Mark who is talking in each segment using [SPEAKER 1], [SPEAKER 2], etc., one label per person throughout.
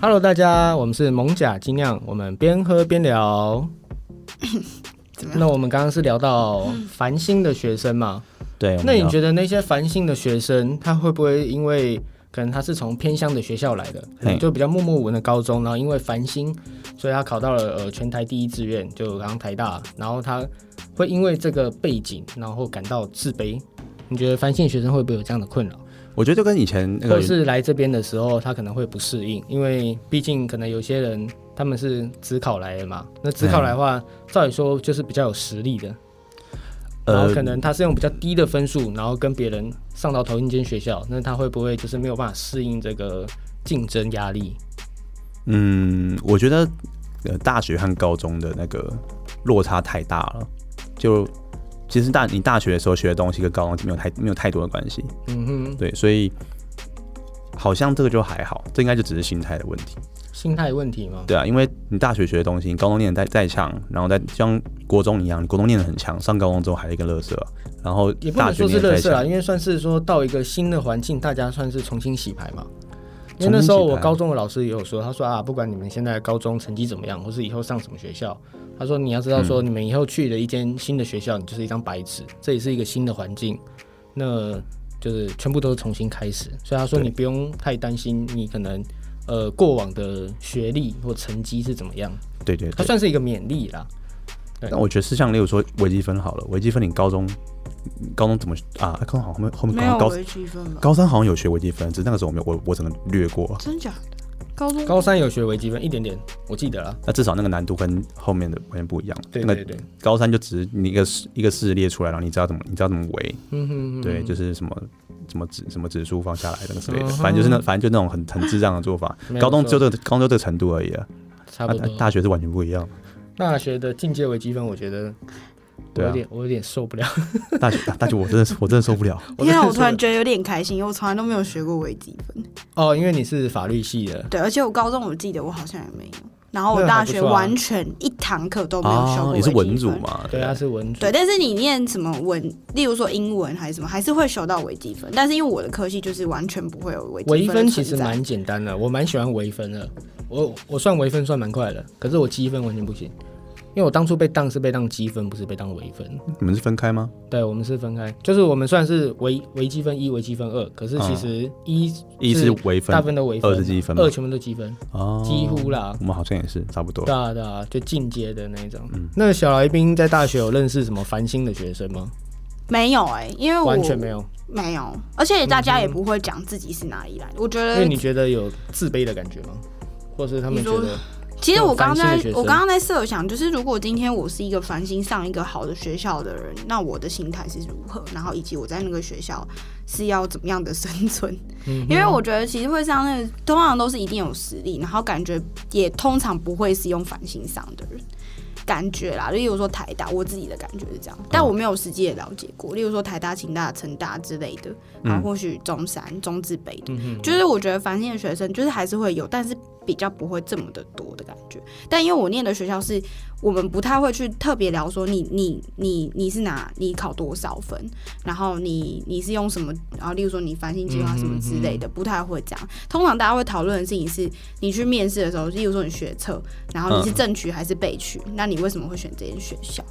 [SPEAKER 1] Hello，大家，我们是蒙甲精酿，我们边喝边聊。
[SPEAKER 2] 怎么
[SPEAKER 1] 那我们刚刚是聊到繁星的学生嘛？
[SPEAKER 3] 对，我
[SPEAKER 1] 那
[SPEAKER 3] 们
[SPEAKER 1] 你
[SPEAKER 3] 要
[SPEAKER 1] 觉得那些繁星的学生，他会不会因为可能他是从偏乡的学校来的，可能
[SPEAKER 3] 嘿
[SPEAKER 1] 就比较默默无闻的高中，然后因为繁星，所以他考到了呃全台第一志愿，就刚刚台大，然后他会因为这个背景，然后感到自卑。你觉得繁星的学生会不会有这样的困扰？
[SPEAKER 3] 我觉得就跟以前那
[SPEAKER 1] 或
[SPEAKER 3] 个
[SPEAKER 1] 者是来这边的时候，他可能会不适应，因为毕竟可能有些人他们是只考来的嘛，那只考来的
[SPEAKER 3] 嗯
[SPEAKER 1] 话，照理说就是比较有实力的，然后
[SPEAKER 3] 呃
[SPEAKER 1] 可能他是用比较低的分数，然后跟别人上到同一间学校，那他会不会就是没有办法适应这个竞争压力？
[SPEAKER 3] 嗯，我觉得呃大学和高中的那个落差太大了，就其实大你大学的时候学的东西跟高中没有太没有太多的关系，
[SPEAKER 1] 嗯哼，
[SPEAKER 3] 对，所以好像这个就还好，这应该就只是心态的问题，
[SPEAKER 1] 心态问题嘛。
[SPEAKER 3] 对啊，因为你大学学的东西，你高中念的再再强，然后再像国中一样，你国中念的很强，上高中之后还是一个乐色，然后
[SPEAKER 1] 也不
[SPEAKER 3] 大
[SPEAKER 1] 能说
[SPEAKER 3] 学
[SPEAKER 1] 是啊
[SPEAKER 3] 念得
[SPEAKER 1] 乐
[SPEAKER 3] 再
[SPEAKER 1] 色啦，
[SPEAKER 3] 强，
[SPEAKER 1] 因为算是说到一个新的环境，大家算是重新洗牌嘛。因为
[SPEAKER 3] 重新
[SPEAKER 1] 那时候
[SPEAKER 3] 洗
[SPEAKER 1] 我
[SPEAKER 3] 牌
[SPEAKER 1] 高中的老师也有说，他说啊，不管你们现在高中成绩怎么样，或是以后上什么学校，他说你要知道
[SPEAKER 3] 嗯
[SPEAKER 1] 说，你们以后去了一间新的学校，你就是一张白纸，这也是一个新的环境，那呃就是全部都是重新开始。所以他说
[SPEAKER 3] 对
[SPEAKER 1] 你不用太担心，你可能呃过往的学历或成绩是怎么样，
[SPEAKER 3] 对对
[SPEAKER 1] 它
[SPEAKER 3] 对。
[SPEAKER 1] 算是一个勉励啦。对
[SPEAKER 3] 但我觉得是像例如说微积分好了，微积分你高中高中怎么啊？高中好像后面后面
[SPEAKER 2] 没
[SPEAKER 3] 高
[SPEAKER 2] 有
[SPEAKER 3] 高
[SPEAKER 2] 微积分吧？
[SPEAKER 3] 高三好像有学微积分，只是那个时候我没有，我我整个略过。
[SPEAKER 2] 真假的？高中
[SPEAKER 1] 高三有学微积分一点点，我记得啦。
[SPEAKER 3] 那至少那个难度跟后面的完全不一样。
[SPEAKER 1] 对
[SPEAKER 3] 那
[SPEAKER 1] 对
[SPEAKER 3] 个
[SPEAKER 1] 对，
[SPEAKER 3] 高三就只是你一个式一个式列出来，然后你知道怎么你知道怎么围，
[SPEAKER 1] 嗯哼嗯哼
[SPEAKER 3] 对，就是什么什么指什么指数放下来那个之类的，
[SPEAKER 1] 嗯哼
[SPEAKER 3] 反正就是那反正就那种很很智障的做法。
[SPEAKER 1] 没有
[SPEAKER 3] 高中
[SPEAKER 1] 错
[SPEAKER 3] 只有这个高中就这个程度而已啊，
[SPEAKER 1] 差
[SPEAKER 3] 啊
[SPEAKER 1] 不多。
[SPEAKER 3] 大学是完全不一样。
[SPEAKER 1] 大学的进阶微积分，我觉得我
[SPEAKER 3] 对啊
[SPEAKER 1] 有点、我有点受不了。
[SPEAKER 3] 大学啊大学我真的是我真的受不 了。
[SPEAKER 1] 我
[SPEAKER 2] 天啊，
[SPEAKER 1] 真的
[SPEAKER 2] 我突然
[SPEAKER 1] 受
[SPEAKER 2] 觉得有点开心，因为我从来都没有学过微积
[SPEAKER 1] 不
[SPEAKER 2] 分。
[SPEAKER 1] 了哦，因为你是法律系的，
[SPEAKER 2] 对，而且我高中我记得我好像也没有，然
[SPEAKER 1] 那
[SPEAKER 2] 后我
[SPEAKER 1] 还
[SPEAKER 2] 大
[SPEAKER 1] 不
[SPEAKER 2] 学
[SPEAKER 1] 错啊哦
[SPEAKER 2] 完全一堂课都没有修
[SPEAKER 3] 啊，
[SPEAKER 2] 过微
[SPEAKER 3] 你
[SPEAKER 2] 积
[SPEAKER 3] 是
[SPEAKER 2] 分。
[SPEAKER 3] 文组嘛？
[SPEAKER 1] 对啊，是文组
[SPEAKER 2] 对，，但是你念什么文，例如说英文还是什么，还是会修到微积分。但是因为我的科系就是完全不会有微积
[SPEAKER 1] 微
[SPEAKER 2] 分
[SPEAKER 1] 分
[SPEAKER 2] 的
[SPEAKER 1] 其
[SPEAKER 2] 存
[SPEAKER 1] 实
[SPEAKER 2] 在
[SPEAKER 1] 蛮简单的，我蛮喜欢微分的。我我算微分算蛮快的，可是我积分完全不行，因为我当初被当是被当积分，不是被当微分。
[SPEAKER 3] 你们是分开吗？
[SPEAKER 1] 对，我们是分开，就是我们算是微微积分一、微积分二，可是其实一
[SPEAKER 3] 一
[SPEAKER 1] 是
[SPEAKER 3] 是微
[SPEAKER 1] 大
[SPEAKER 3] 分
[SPEAKER 1] 部分都微分，
[SPEAKER 3] 嗯二是积分吗
[SPEAKER 1] 二全部都积分，
[SPEAKER 3] 哦，
[SPEAKER 1] 几乎啦。
[SPEAKER 3] 我们好像也是差不多
[SPEAKER 1] 对。啊，对啊，就进阶的那种。
[SPEAKER 3] 嗯
[SPEAKER 1] 那小来宾在大学有认识什么繁星的学生吗？
[SPEAKER 2] 没有哎、因为我
[SPEAKER 1] 完全没有，嗯
[SPEAKER 2] 没有，而且大家也不会讲自己是哪里来的。我觉
[SPEAKER 1] 因
[SPEAKER 2] 得
[SPEAKER 1] 为你觉得有自卑的感觉吗？或是他们
[SPEAKER 2] 呃你
[SPEAKER 1] 觉
[SPEAKER 2] 说
[SPEAKER 1] 得
[SPEAKER 2] 其实我刚刚
[SPEAKER 1] 那种繁星
[SPEAKER 2] 在
[SPEAKER 1] 的学，生
[SPEAKER 2] 我刚刚在设想，就是如果今天我是一个繁星上一个好的学校的人，那我的心态是如何，然后以及我在那个学校是要怎么样的生存？
[SPEAKER 1] 嗯
[SPEAKER 2] 因为我觉得其实会上那个，通常都是一定有实力，然后感觉也通常不会是用繁星上的人。感觉啦，例如说台大，我自己的感觉是这样，
[SPEAKER 1] 嗯
[SPEAKER 2] 但我没有实际的了解过。例如说台大、清大、成大之类的，然
[SPEAKER 1] 嗯
[SPEAKER 2] 后或许中山、中字北的，就是我觉得繁星的学生就是还是会有，但是比较不会这么的多的感觉。但因为我念的学校是我们不太会去特别聊说你你你你是哪你考多少分，然后你你是用什么，然后例如说你繁星计划什么之类的，不太会这样。通常大家会讨论的事情是你去面试的时候，例如说你学测，然后你是正取还是被取，那你为什么会选这间学校？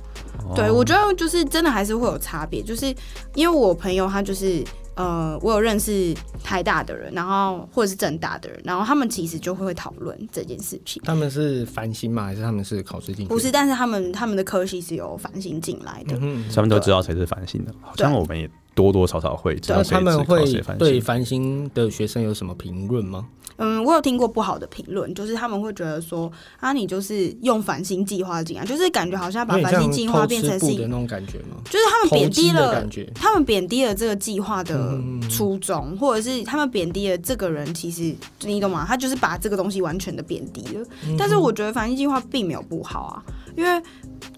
[SPEAKER 2] 对，我觉得就是真的还是会有差别，就是因为我朋友他就是呃，我有认识台大的人，然后或者是政大的人，然后他们其实就会讨论这件事情。
[SPEAKER 1] 他们是繁星吗？还是他们是考试进去？
[SPEAKER 2] 不是，，但是他们他们的科系是有繁星进来的，
[SPEAKER 1] 嗯，
[SPEAKER 3] 他们都知道谁是繁星的，好像我们也多多少少会知道
[SPEAKER 1] 那
[SPEAKER 3] 谁
[SPEAKER 1] 啊他们
[SPEAKER 3] 是靠
[SPEAKER 1] 会
[SPEAKER 3] 谁繁
[SPEAKER 1] 对
[SPEAKER 3] 星。
[SPEAKER 1] 繁星的学生有什么评论吗？
[SPEAKER 2] 嗯，我有听过不好的评论，就是他们会觉得说啊，你就是用繁星计划进来，就是感觉好像把
[SPEAKER 1] 有点
[SPEAKER 2] 繁
[SPEAKER 1] 像
[SPEAKER 2] 星计划
[SPEAKER 1] 偷
[SPEAKER 2] 变
[SPEAKER 1] 吃
[SPEAKER 2] 成是
[SPEAKER 1] 布
[SPEAKER 2] 一
[SPEAKER 1] 的那种感觉吗？
[SPEAKER 2] 就是他们贬低
[SPEAKER 1] 投机的
[SPEAKER 2] 了
[SPEAKER 1] 感觉，嗯
[SPEAKER 2] 他们贬低了这个计划的初衷，或者是他们贬低了这个人，其实你懂吗？他就是把这个东西完全的贬低了。
[SPEAKER 1] 嗯
[SPEAKER 2] 但是我觉得繁星计划并没有不好啊，因为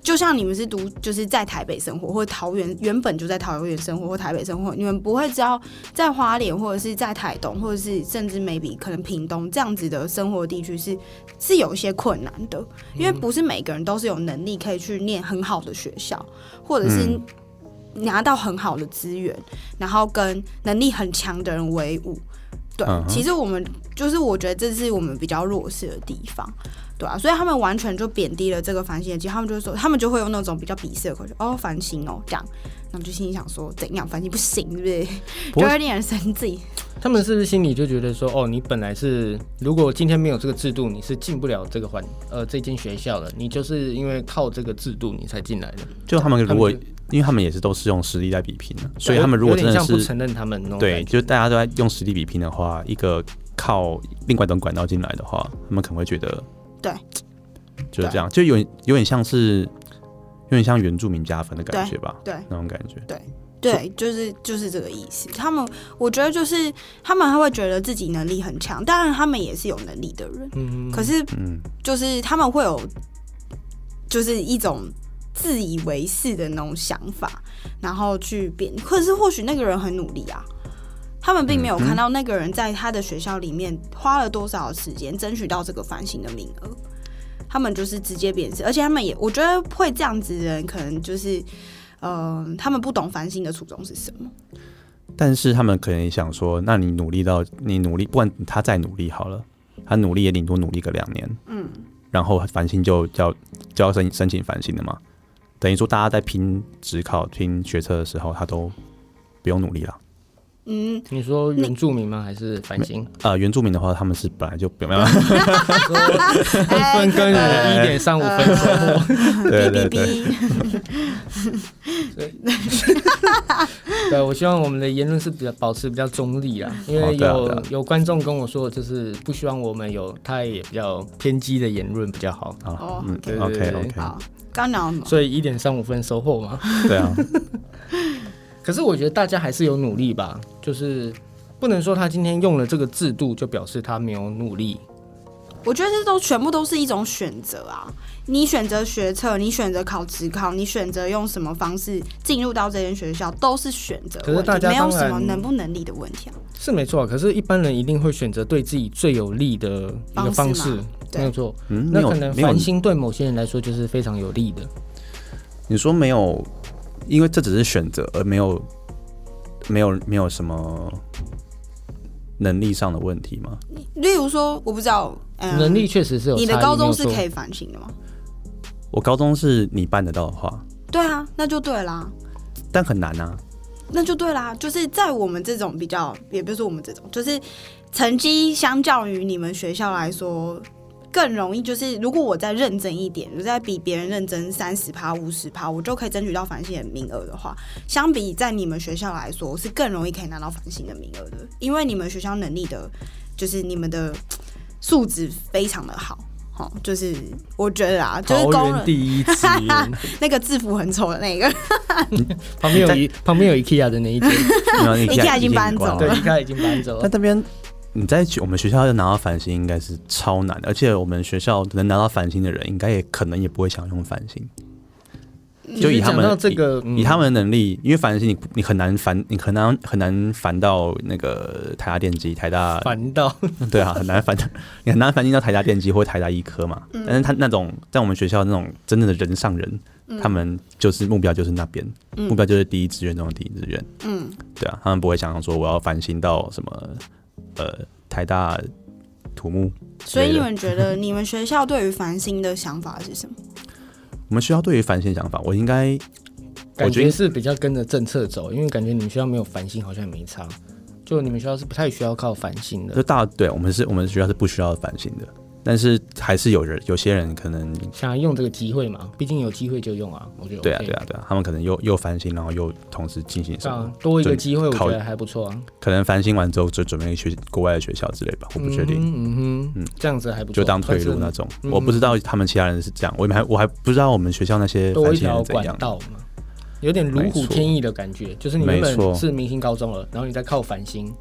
[SPEAKER 2] 就像你们是读就是在台北生活，或者桃园原本就在桃园生活或台北生活，你们不会知道在花莲或者是在台东，或者是甚至 maybe 可能屏东这样子的生活地区是是有一些困难的，因为不是每个人都是有能力可以去念很好的学校，或者
[SPEAKER 1] 嗯
[SPEAKER 2] 是拿到很好的资源，然后跟能力很强的人为伍。对
[SPEAKER 3] 嗯哼
[SPEAKER 2] 其实我们就是我觉得这是我们比较弱势的地方，对啊，所以他们完全就贬低了这个繁星的机会，他们就会说他们就会用那种比较鄙视的口气，哦，繁星哦这样，那我就心里想说怎样，繁星不行，对不
[SPEAKER 3] 不
[SPEAKER 2] 对？
[SPEAKER 3] 过
[SPEAKER 2] 就会令人生气，
[SPEAKER 1] 他们是不是心里就觉得说，哦，你本来是如果今天没有这个制度，你是进不了这个环呃这间学校的，你就是因为靠这个制度你才进来的，
[SPEAKER 3] 就他们如果
[SPEAKER 1] 他们
[SPEAKER 3] 因为他们也是都是用实力在比拼的，所以他们如
[SPEAKER 1] 有
[SPEAKER 3] 果真
[SPEAKER 1] 点
[SPEAKER 3] 的
[SPEAKER 1] 像不
[SPEAKER 3] 是
[SPEAKER 1] 承认他们那种
[SPEAKER 3] 对，
[SPEAKER 1] 感觉
[SPEAKER 3] 就大家都在用实力比拼的话，一个靠另外一种管道进来的话，他们可能会觉得
[SPEAKER 2] 对，
[SPEAKER 3] 就是这样，就有有点像是有点像原住民加分的感
[SPEAKER 2] 对
[SPEAKER 3] 觉吧，
[SPEAKER 2] 对。
[SPEAKER 3] 那种感觉。
[SPEAKER 2] 对，就是就是这个意思。他们，我觉得就是他们还会觉得自己能力很强，当然他们也是有能力的人，
[SPEAKER 1] 嗯，
[SPEAKER 2] 可是
[SPEAKER 3] 嗯，
[SPEAKER 2] 就是他们会有就是一种自以为是的那种想法，然后去变。可是或许那个人很努力啊，他们并没有看到那个人在他的学校里面花了多少时间争取到这个繁星的名额。他们就是直接贬斥，而且他们也，我觉得会这样子的人，可能就是，嗯、他们不懂繁星的初衷是什 么。
[SPEAKER 3] 但是他们可能也想说，那你努力到你努力，不管他再努力好了，他努力也顶多努力个两年，嗯，然后繁星就要就要申申请繁星了嘛，等于说大家在拼职考、拼学测的时候，他都不用努力了。
[SPEAKER 2] 嗯，
[SPEAKER 1] 你说原住民吗？还是繁星？
[SPEAKER 3] 呃，原住民的话，他们是本来就 没有，
[SPEAKER 2] 哎
[SPEAKER 1] 分跟
[SPEAKER 3] 哎
[SPEAKER 1] 你一点三五分收获，
[SPEAKER 3] 对对对，
[SPEAKER 2] 哔哔哔，
[SPEAKER 1] 对我希望我们的言论是比较保持比较中立啊，因
[SPEAKER 3] 哦
[SPEAKER 1] 为
[SPEAKER 3] 对啊
[SPEAKER 1] 有、
[SPEAKER 3] 对啊
[SPEAKER 1] 有观众跟我说，就是不希望我们有太也比较偏激的言论比较好，
[SPEAKER 3] 啊
[SPEAKER 2] 哦，
[SPEAKER 3] 嗯
[SPEAKER 1] 对对
[SPEAKER 3] ，OK
[SPEAKER 1] 对
[SPEAKER 3] OK，
[SPEAKER 2] 好，刚聊什么？
[SPEAKER 1] 所以一点三五分收获嘛。
[SPEAKER 3] 对啊，
[SPEAKER 1] 可是我觉得大家还是有努力吧，就是不能说他今天用了这个制度就表示他没有努力。
[SPEAKER 2] 我觉得这都全部都是一种选择啊！你选择学测，你选择考职考，你选择用什么方式进入到这间学校，都是选择
[SPEAKER 1] 可是
[SPEAKER 2] 问
[SPEAKER 1] 大
[SPEAKER 2] 题，
[SPEAKER 1] 家
[SPEAKER 2] 没有
[SPEAKER 1] 当
[SPEAKER 2] 什
[SPEAKER 1] 然
[SPEAKER 2] 么能不能力的问题啊。
[SPEAKER 1] 是没错啊，可是一般人一定会选择对自己最有利的一个
[SPEAKER 2] 方
[SPEAKER 1] 方
[SPEAKER 2] 式嘛
[SPEAKER 1] 式，
[SPEAKER 2] 对
[SPEAKER 1] 没有错。
[SPEAKER 3] 嗯，没
[SPEAKER 1] 那
[SPEAKER 3] 有
[SPEAKER 1] 可能
[SPEAKER 3] 没有
[SPEAKER 1] 繁，星对某些人来说就是非常有利的，
[SPEAKER 3] 你说没有，因为这只是选择，而没有没有没有什么能力上的问题吗？
[SPEAKER 2] 例如说，我不知道，嗯，
[SPEAKER 1] 能力确实是有差异。
[SPEAKER 2] 你的高中是
[SPEAKER 1] 没有
[SPEAKER 2] 可
[SPEAKER 1] 错
[SPEAKER 2] 以反省的吗？
[SPEAKER 3] 我高中是你办得到的话，
[SPEAKER 2] 对啊，那就对啦，
[SPEAKER 3] 但很难 啊。
[SPEAKER 2] 那就对啦。就是在我们这种比较，也不是我们这种，就是成绩相较于你们学校来说。更容易就是，如果我再认真一点，我再比别人认真三十趴、五十趴，我就可以争取到繁星的名额的话，相比在你们学校来说，是更容易可以拿到繁星的名额的，因为你们学校能力的，就是你们的素质非常的好，好，就是我觉得啊，就是
[SPEAKER 1] 桃
[SPEAKER 2] 工
[SPEAKER 1] 园
[SPEAKER 2] 人
[SPEAKER 1] 第一志愿，
[SPEAKER 2] 那个制服很丑的那个，
[SPEAKER 1] 旁边有一旁边有 IKEA 的那一间，
[SPEAKER 3] 然后
[SPEAKER 2] IKEA 已经搬走了
[SPEAKER 3] 关
[SPEAKER 1] 对，IKEA 已经搬走了
[SPEAKER 3] 但。那边你在学我们学校要拿到繁星应该是超难，而且我们学校能拿到繁星的人，应该也可能也不会想用繁星。就以他
[SPEAKER 1] 讲到
[SPEAKER 3] 们
[SPEAKER 1] 这个，
[SPEAKER 3] 以
[SPEAKER 1] 嗯
[SPEAKER 3] 他们的能力，因为繁星你你很难繁，你很难很难繁到那个台大电机、台大
[SPEAKER 1] 烦 到
[SPEAKER 3] 对啊，很难繁，你很难繁进到台大电机或台大医科嘛。但是他那种在我们学校那种真正的人上人，他们就是目标就是那边，目标就是第一志愿中的第一志愿。
[SPEAKER 2] 嗯，
[SPEAKER 3] 对啊，他们不会想说我要繁星到什么呃台大土木之
[SPEAKER 2] 所
[SPEAKER 3] 类的。
[SPEAKER 2] 以你们觉得你们学校对于繁星的想法是什么？
[SPEAKER 3] 我们学校对于繁星想法，我应该
[SPEAKER 1] 感
[SPEAKER 3] 觉
[SPEAKER 1] 觉
[SPEAKER 3] 得
[SPEAKER 1] 是比较跟着政策走，因为感觉你们学校没有繁星好像也没差，就你们学校是不太需要靠繁星的
[SPEAKER 3] 就。大对我们是我们学校是不需要繁星的，但是还是有人有些人可能
[SPEAKER 1] 想要用这个机会嘛，毕竟有机会就用啊，我觉得、OK、
[SPEAKER 3] 对啊对啊对啊，他们可能又又繁星，然后又同时进行
[SPEAKER 1] 对
[SPEAKER 3] 什
[SPEAKER 1] 啊，
[SPEAKER 3] 么。
[SPEAKER 1] 多一个
[SPEAKER 3] 就
[SPEAKER 1] 机会我觉
[SPEAKER 3] 考
[SPEAKER 1] 得还不错啊，
[SPEAKER 3] 可能翻新完之后就准备去国外的学校之类吧，我不确定，
[SPEAKER 1] 嗯哼，嗯哼，这样子还不错，
[SPEAKER 3] 就当退
[SPEAKER 1] 算
[SPEAKER 3] 路
[SPEAKER 1] 是
[SPEAKER 3] 那种。
[SPEAKER 1] 嗯
[SPEAKER 3] 我不知道他们其他人是这样，我们还我还不知道我们学校那些
[SPEAKER 1] 多
[SPEAKER 3] 翻
[SPEAKER 1] 一
[SPEAKER 3] 新
[SPEAKER 1] 条
[SPEAKER 3] 人怎
[SPEAKER 1] 管
[SPEAKER 3] 样。
[SPEAKER 1] 道嘛，有点如虎添翼的感觉，就是你原
[SPEAKER 3] 没错
[SPEAKER 1] 本是明星高中了，然后你再靠繁星，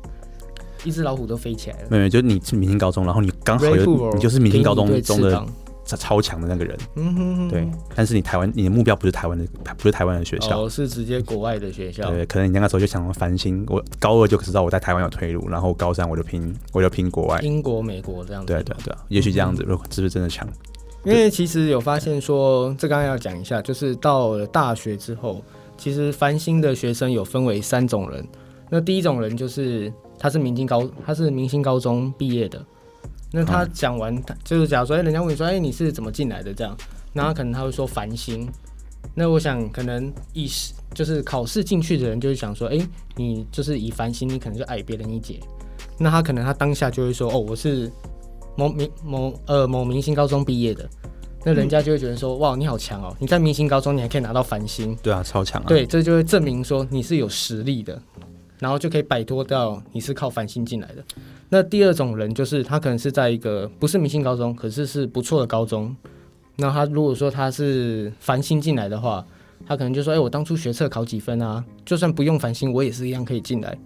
[SPEAKER 1] 一只老虎都飞起来了。
[SPEAKER 3] 没有，就是你是明星高中，然后你刚好
[SPEAKER 1] Red
[SPEAKER 3] 有
[SPEAKER 1] Bull
[SPEAKER 3] 你就是明星高
[SPEAKER 1] 给
[SPEAKER 3] 中
[SPEAKER 1] 你一对
[SPEAKER 3] 中
[SPEAKER 1] 翅
[SPEAKER 3] 的
[SPEAKER 1] 膀
[SPEAKER 3] 超超强的那个人，
[SPEAKER 1] 嗯哼哼，
[SPEAKER 3] 对。但是你台湾，你的目标不是台湾的，不是台湾的学校，
[SPEAKER 1] 哦，是直接国外的学校，
[SPEAKER 3] 对，可能你那个时候就想要翻新。我高二就知道我在台湾有退路，然后高三我就拼，我就拼国外。
[SPEAKER 1] 英国、美国这样子。
[SPEAKER 3] 对啊对啊对啊，也许这样子，
[SPEAKER 1] 嗯
[SPEAKER 3] 如果是不是真的强？
[SPEAKER 1] 因为其实有发现说，这刚刚要讲一下，就是到了大学之后，其实繁星的学生有分为三种人，那第一种人就是他是明星高，他是明星高中毕业的。那他讲完，他就是假如说，哎、人家问你说，哎、你是怎么进来的？这样，然后可能他会说繁星。那我想，可能以是就是考试进去的人，就是想说，哎、你就是以繁星，你可能就矮别人一截。那他可能他当下就会说，哦，我是某明某呃某明星高中毕业的。那人家就会觉得说，哇，你好强哦！你在明星高中，你还可以拿到繁星，
[SPEAKER 3] 对啊，超强啊！
[SPEAKER 1] 对，这就会证明说你是有实力的，然后就可以摆脱掉你是靠繁星进来的。那第二种人就是他可能是在一个不是明星高中，可是是不错的高中。那他如果说他是繁星进来的话，他可能就说：“哎、我当初学测考几分啊？就算不用繁星，我也是一样可以进来。”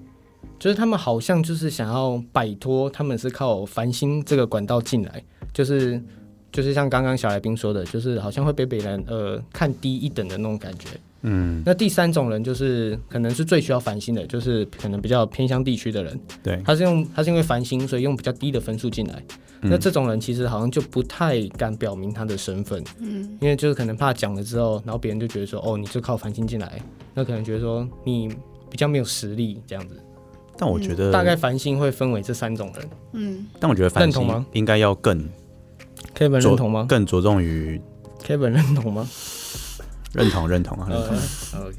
[SPEAKER 1] 就是他们好像就是想要摆脱他们是靠繁星这个管道进来，就是就是像刚刚小来宾说的，就是好像会被别人呃看低一等的那种感觉。
[SPEAKER 3] 嗯，
[SPEAKER 1] 那第三种人就是可能是最需要繁星的，就是可能比较偏乡地区的人，
[SPEAKER 3] 对，
[SPEAKER 1] 他是用他是因为繁星，所以用比较低的分数进来。那这种人其实好像就不太敢表明他的身份，
[SPEAKER 2] 嗯，
[SPEAKER 1] 因为就是可能怕讲了之后，然后别人就觉得说，哦，你就靠繁星进来，那可能觉得说哦你比较没有实力这样子。
[SPEAKER 3] 但我觉得
[SPEAKER 1] 嗯大概繁星会分为这三种人
[SPEAKER 2] 嗯，
[SPEAKER 3] 但我觉得繁
[SPEAKER 1] 认同
[SPEAKER 3] 星
[SPEAKER 1] 吗
[SPEAKER 3] 应该要更
[SPEAKER 1] ，Kevin
[SPEAKER 3] 着
[SPEAKER 1] 认同吗
[SPEAKER 3] 更着重于
[SPEAKER 1] ？Kevin 认同吗？
[SPEAKER 3] 认同认同啊，认
[SPEAKER 1] 呃
[SPEAKER 3] 同，
[SPEAKER 1] 呃，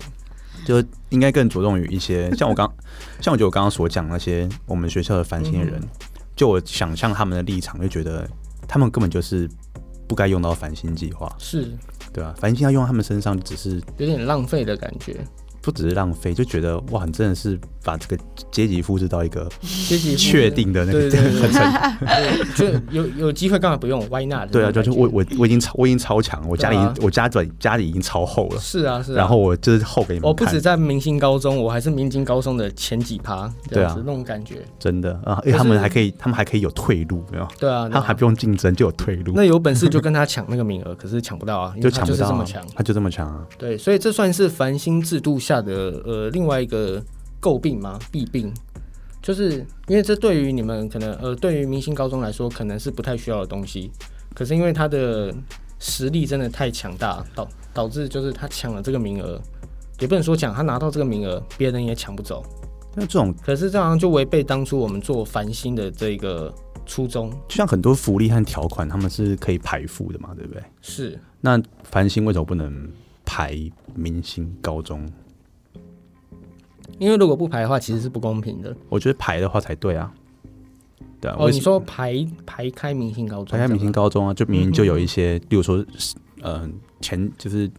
[SPEAKER 3] 就是应该更着重于一些像我刚像我觉得我刚刚所讲那些我们学校的繁星的人，
[SPEAKER 1] 嗯
[SPEAKER 3] 就我想象他们的立场，就觉得他们根本就是不该用到繁星计划，
[SPEAKER 1] 是
[SPEAKER 3] 对啊，繁星要用到他们身上，只是
[SPEAKER 1] 有点浪费的感觉，
[SPEAKER 3] 不只是浪费，就觉得哇，你真的是把这个阶级复制到一个
[SPEAKER 1] 阶级
[SPEAKER 3] 确定的那个
[SPEAKER 1] 嗯对 对对
[SPEAKER 3] 很成
[SPEAKER 1] 就有有机会干嘛不用？Why not？
[SPEAKER 3] 对啊，
[SPEAKER 1] 那种
[SPEAKER 3] 就就
[SPEAKER 1] 感觉
[SPEAKER 3] 我我我已经超我已经超强，我家里已经、
[SPEAKER 1] 对啊
[SPEAKER 3] 我家转家里已经超厚了，
[SPEAKER 1] 是啊是啊。
[SPEAKER 3] 然后我就是厚给你
[SPEAKER 1] 我
[SPEAKER 3] 们
[SPEAKER 1] 不
[SPEAKER 3] 看，
[SPEAKER 1] 止在明星高中，我还是明星高中的前几趴，这样子、
[SPEAKER 3] 对啊
[SPEAKER 1] 那种感觉。
[SPEAKER 3] 真的啊，因为他们还可以他们还可以有退路，没有？
[SPEAKER 1] 对啊，对
[SPEAKER 3] 他们
[SPEAKER 1] 啊
[SPEAKER 3] 还不用竞争就有退路，
[SPEAKER 1] 那有本事就跟他抢那个名额，可是抢不到啊，因为
[SPEAKER 3] 就
[SPEAKER 1] 他
[SPEAKER 3] 抢
[SPEAKER 1] 就
[SPEAKER 3] 不
[SPEAKER 1] 是
[SPEAKER 3] 到、
[SPEAKER 1] 这
[SPEAKER 3] 啊
[SPEAKER 1] 么强。
[SPEAKER 3] 他就这么强啊，
[SPEAKER 1] 对，所以这算是繁星制度下的呃另外一个诟病吗？弊病，就是因为这对于你们可能呃对于明星高中来说可能是不太需要的东西，可是因为他的实力真的太强大，导导致就是他抢了这个名额，也不能说抢，他拿到这个名额，别人也抢不走。
[SPEAKER 3] 那这种
[SPEAKER 1] 可是这样就违背当初我们做繁星的这个初衷，
[SPEAKER 3] 就像很多福利和条款，他们是可以排富的嘛，对不对？
[SPEAKER 1] 是
[SPEAKER 3] 那繁星为什么不能排明星高中？
[SPEAKER 1] 因为如果不排的话，其实是不公平的。
[SPEAKER 3] 我觉得排的话才对啊，对啊，
[SPEAKER 1] 哦，
[SPEAKER 3] 为
[SPEAKER 1] 你
[SPEAKER 3] 什
[SPEAKER 1] 说排排开明星高中，
[SPEAKER 3] 排开明星
[SPEAKER 1] 高，
[SPEAKER 3] 高中啊，就明明就有一
[SPEAKER 1] 嗯
[SPEAKER 3] 些，例如说，呃，前就是